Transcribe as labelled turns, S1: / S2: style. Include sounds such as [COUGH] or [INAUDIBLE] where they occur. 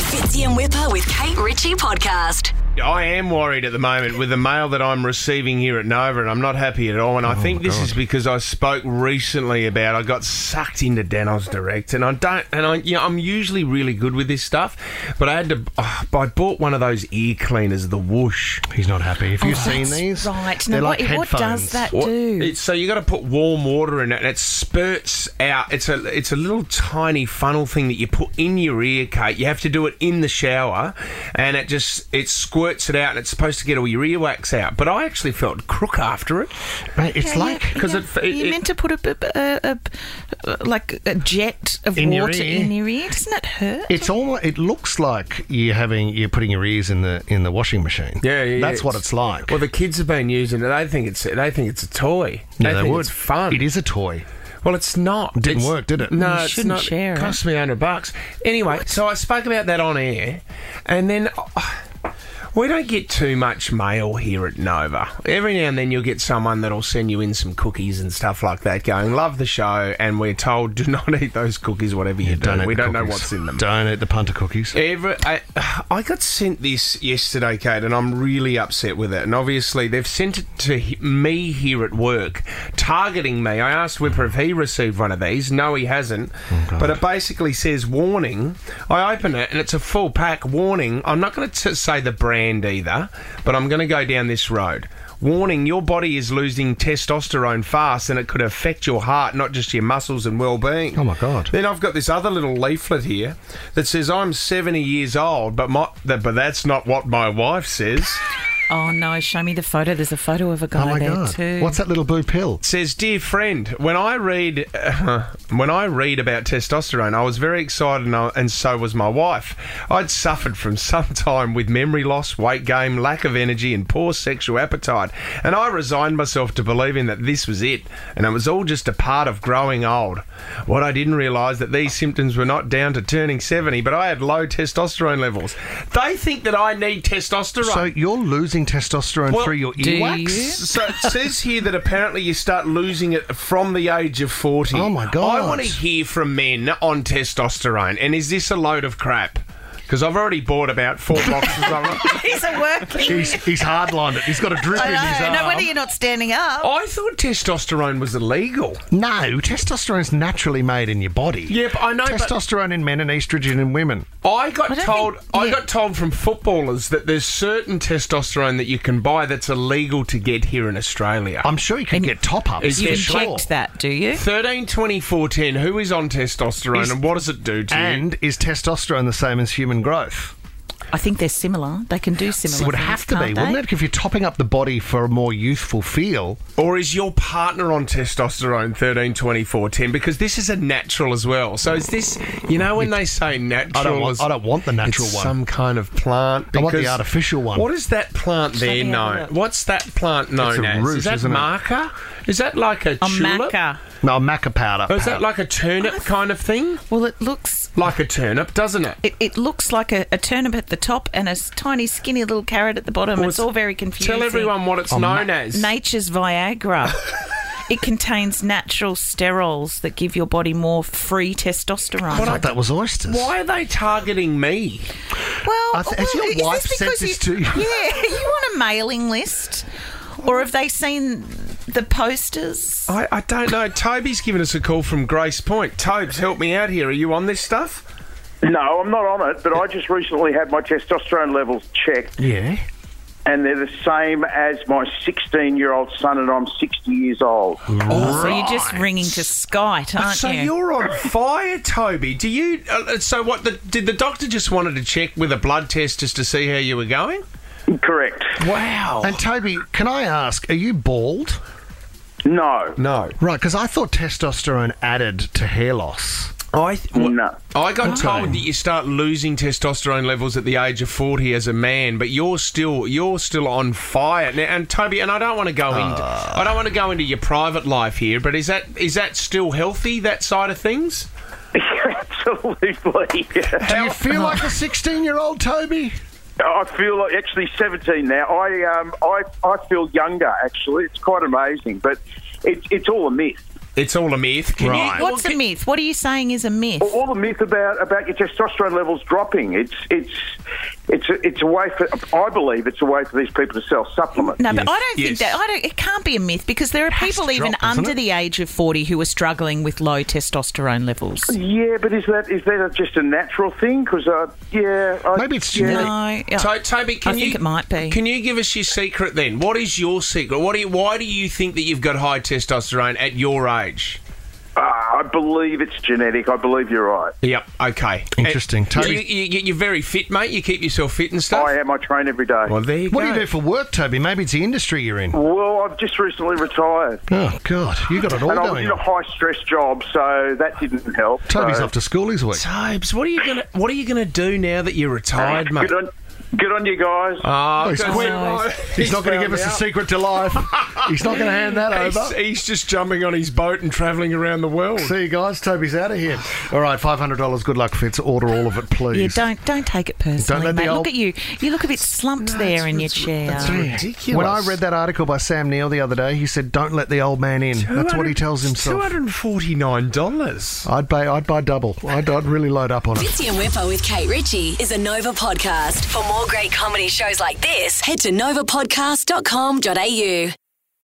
S1: Fitzy and Whipper with Kate Ritchie podcast.
S2: I am worried at the moment with the mail that I'm receiving here at Nova, and I'm not happy at all. And I think this is because I spoke recently about I got sucked into Danos Direct, and I don't, and I, you know, I'm usually really good with this stuff, but I had to, oh, I bought one of those ear cleaners, the Whoosh.
S3: He's not happy. Have you
S4: Oh,
S3: seen
S4: that's
S3: these?
S4: Right.
S3: They're
S4: Now,
S3: like
S4: what, what does
S3: headphones.
S4: that
S2: What-
S4: do?
S2: It's, so you got to put warm water in it, and it spurts out. It's a it's a little tiny funnel thing that you put in your ear, Kate. You have to do it in the shower, and it just it squirts it out, and it's supposed to get all your earwax out. But I actually felt crook after it.
S3: Mate, it's
S4: Yeah,
S3: like
S4: yeah,
S2: 'cause
S4: yeah.
S2: it f- it-
S4: you
S2: it-
S4: meant to put a, b- a- a- a- like a jet of
S3: In your
S4: water
S3: ear.
S4: in your ear. Doesn't it hurt?
S3: It's almost. It looks like you're having you're putting your ears in the in the washing machine.
S2: Yeah, yeah, yeah.
S3: That's what it's like.
S2: Well, the kids have been using it. They think it's they think it's a toy.
S3: yeah,
S2: they
S3: they
S2: think
S3: would.
S2: It's fun.
S3: It is a toy.
S2: Well, it's not.
S3: Didn't
S2: It's-
S3: work, did it?
S2: No,
S3: You
S2: it's
S4: shouldn't
S2: not.
S4: share
S2: it
S4: it.
S2: cost me hundred bucks. Anyway, so I spoke about that on air, and then. uh, we don't get too much mail here at Nova. Every now and then you'll get someone that'll send you in some cookies and stuff like that, going, "Love the show," and we're told, "Do not eat those cookies, whatever you, do."
S3: eat
S2: we
S3: the
S2: don't know
S3: cookies.
S2: what's in them.
S3: Don't eat the punter cookies.
S2: Every, I, I got sent this yesterday, Kate, and I'm really upset with it. And obviously, they've sent it to he- me here at work, targeting me. I asked Whipper if he received one of these. No, he hasn't.
S3: God.
S2: but it basically says warning. I open it, and it's a full pack warning. I'm not going to say the brand either, but I'm going to go down this road. Warning, your body is losing testosterone fast and it could affect your heart, not just your muscles and well being.
S3: Oh, my God.
S2: Then I've got this other little leaflet here that says I'm 70 years old, but my that, but that's not what my wife says.
S4: oh no! Show me the photo. There's a photo of a guy
S3: Oh my
S4: there
S3: god!
S4: too.
S3: What's that little blue pill?
S2: It says, "Dear friend, when I read [LAUGHS] when I read about testosterone, I was very excited and, I, and so was my wife. I'd suffered from some [LAUGHS] time with memory loss, weight gain, lack of energy and poor sexual appetite, and I resigned myself to believing that this was it and it was all just a part of growing old. What I didn't realize that these symptoms were not down to turning 70, but I had low testosterone levels. They think that I need testosterone.
S3: So you're losing testosterone
S2: Well,
S3: through your
S4: do
S3: earwax?
S4: you?
S2: So it says here that apparently you start losing it from the age of 40.
S3: Oh, my God.
S2: I want to hear from men on testosterone. And is this a load of crap? Because I've already bought about
S3: [LAUGHS]
S2: four boxes of it.
S4: He's a working.
S3: He's, he's hardlined it. He's got a drip in his
S4: I
S3: arm. Oh,
S4: know. No wonder you're not standing up.
S2: I thought testosterone was illegal.
S3: No, testosterone's naturally made in your body.
S2: Yep, I know, but-
S3: Testosterone in men and estrogen in women.
S2: I got
S4: I don't
S2: told
S4: think-
S2: I
S4: yeah.
S2: got told from footballers that there's certain testosterone that you can buy that's illegal to get here in Australia.
S3: I'm sure you can
S4: And
S3: get top ups.
S2: is
S4: You
S2: yeah,
S4: can
S2: sure.
S4: check that, do you?
S2: 13 20 410 who is on testosterone
S3: Is-
S2: and what does it do to you?
S3: And is testosterone the same as human growth?
S4: I think they're similar. They can do similar.
S3: it would
S4: things,
S3: have to be,
S4: can't
S3: wouldn't
S4: they?
S3: it? If you're topping up the body for a more youthful feel,
S2: Or is your partner on testosterone 13, 24, 10? Because this is a natural as well. So is this, you know, when they say natural,
S3: I don't want-
S2: is-
S3: I don't want the natural
S2: it's
S3: one.
S2: Some kind of plant.
S3: I want the
S2: because-
S3: artificial one.
S2: What is that plant there
S4: me have a
S2: known?
S4: look.
S2: What's that plant known
S3: It's a
S2: as?
S3: root,
S2: is that
S3: isn't it?
S2: marker? Is that like a,
S4: A
S2: tulip?
S4: maca.
S3: no maca powder.
S2: Or Oh, is that like a turnip kind of thing?
S4: Well, it looks
S2: Like a turnip, doesn't it?
S4: it, it looks like a, a turnip at the top and a s- tiny skinny little carrot at the bottom.
S2: Well,
S4: it's
S2: it's-
S4: all very confusing.
S2: Tell everyone what it's known as.
S4: Nature's [LAUGHS] Viagra. it contains natural sterols that give your body more free testosterone.
S3: I thought that was oysters.
S2: Why are they targeting me?
S4: Well,
S3: I th- has
S4: well,
S3: your
S4: is this
S3: wife sent
S4: because
S3: this
S4: you,
S3: to you?
S4: Yeah, you on a mailing list, or have they seen the posters?
S2: I, I don't know. Toby's given us a call from Grace Point. Tobes, help me out here. Are you on this stuff?
S5: No, I'm not on it, but I just recently had my testosterone levels checked,
S3: Yeah.
S5: and they're the same as my 16 year old son, and I'm 60 years old.
S4: So you're just ringing to skite, aren't
S2: So
S4: you?
S2: you're on fire, Toby. Do you? Uh, so what? The, did the doctor just wanted to check with a blood test just to see how you were going?
S5: Correct.
S2: Wow.
S3: And Toby, can I ask, are you bald?
S5: No. [LAUGHS]
S2: no,
S3: Right, because I thought testosterone added to hair loss.
S2: I
S5: No.
S2: I got told that you start losing testosterone levels at the age of forty as a man, but you're still you're still on fire. Now, and Toby, and I don't want to go into I don't want to go into your private life here, but is that is that still healthy that side of things?
S5: Absolutely.
S3: Do you feel like a 16 year old, Toby?
S5: I feel like actually 17 now. I um I I feel younger actually. It's quite amazing, but it's it's all a myth.
S2: It's all a myth. Can you-
S3: Right.
S4: What's a myth? What are you saying is a myth?
S5: Well, all the myth about about your testosterone levels dropping. It's it's it's a, it's a way for I believe it's a way for these people to sell supplements.
S4: No, but
S2: Yes.
S4: I don't
S2: Yes.
S4: think that. I don't. It can't be a myth because there are people
S3: to
S4: even
S3: drop, doesn't
S4: under
S3: it?
S4: the age of forty who are struggling with low testosterone levels.
S5: Yeah, but is that is that just a natural thing? Because uh, yeah, I,
S3: Maybe it's
S5: yeah.
S3: genetic.
S4: No,
S2: To- Toby, can
S4: I
S2: you,
S4: think it might be.
S2: Can you give us your secret then? What is your secret? What do you, why do you think that you've got high testosterone at your age?
S5: Ah, I believe it's genetic. I believe you're right.
S2: Yep. Okay.
S3: Interesting.
S2: And-
S3: Toby-
S2: You, you, you're very fit, mate. You keep yourself fit and stuff.
S5: I am. I train every day.
S2: Well, there you
S3: What
S2: go.
S3: do you do for work, Toby? Maybe it's the industry you're in.
S5: Well, I've just recently retired,
S3: Oh God, you got it all
S5: and I was
S3: going.
S5: in a high stress job, so that didn't help.
S3: Toby's
S5: so.
S3: off to school this week.
S2: Tobes, what are you gonna What are you gonna do now that you're retired, mate?
S5: Good on, good on you guys.
S2: Oh,
S3: he's
S2: good.
S3: quit. He's not going to give us the
S2: found
S3: secret to life. He's not going to hand that
S2: out.
S3: over.
S2: [LAUGHS] He's, he's just jumping on his boat and travelling around the world.
S3: See you guys. Toby's out of here. All right, five hundred dollars. Good luck, Fitz. Order all of it, please.
S4: Yeah, don't don't take it personally,
S3: let the
S4: mate.
S3: old-
S4: Look at you. You look a bit slumped there in your chair.
S2: ridiculous.
S3: When I read that article by Sam Neill the other day, he said, "Don't let the old man in." That's what he tells
S2: Two
S3: himself.
S2: hundred and forty nine dollars.
S3: I'd buy. I'd buy double. I'd, I'd really load up on it.
S1: Fitzy and Whipper with Kate Ritchie is a Nova podcast. For more great comedy shows like this, head to novapodcast.com.au.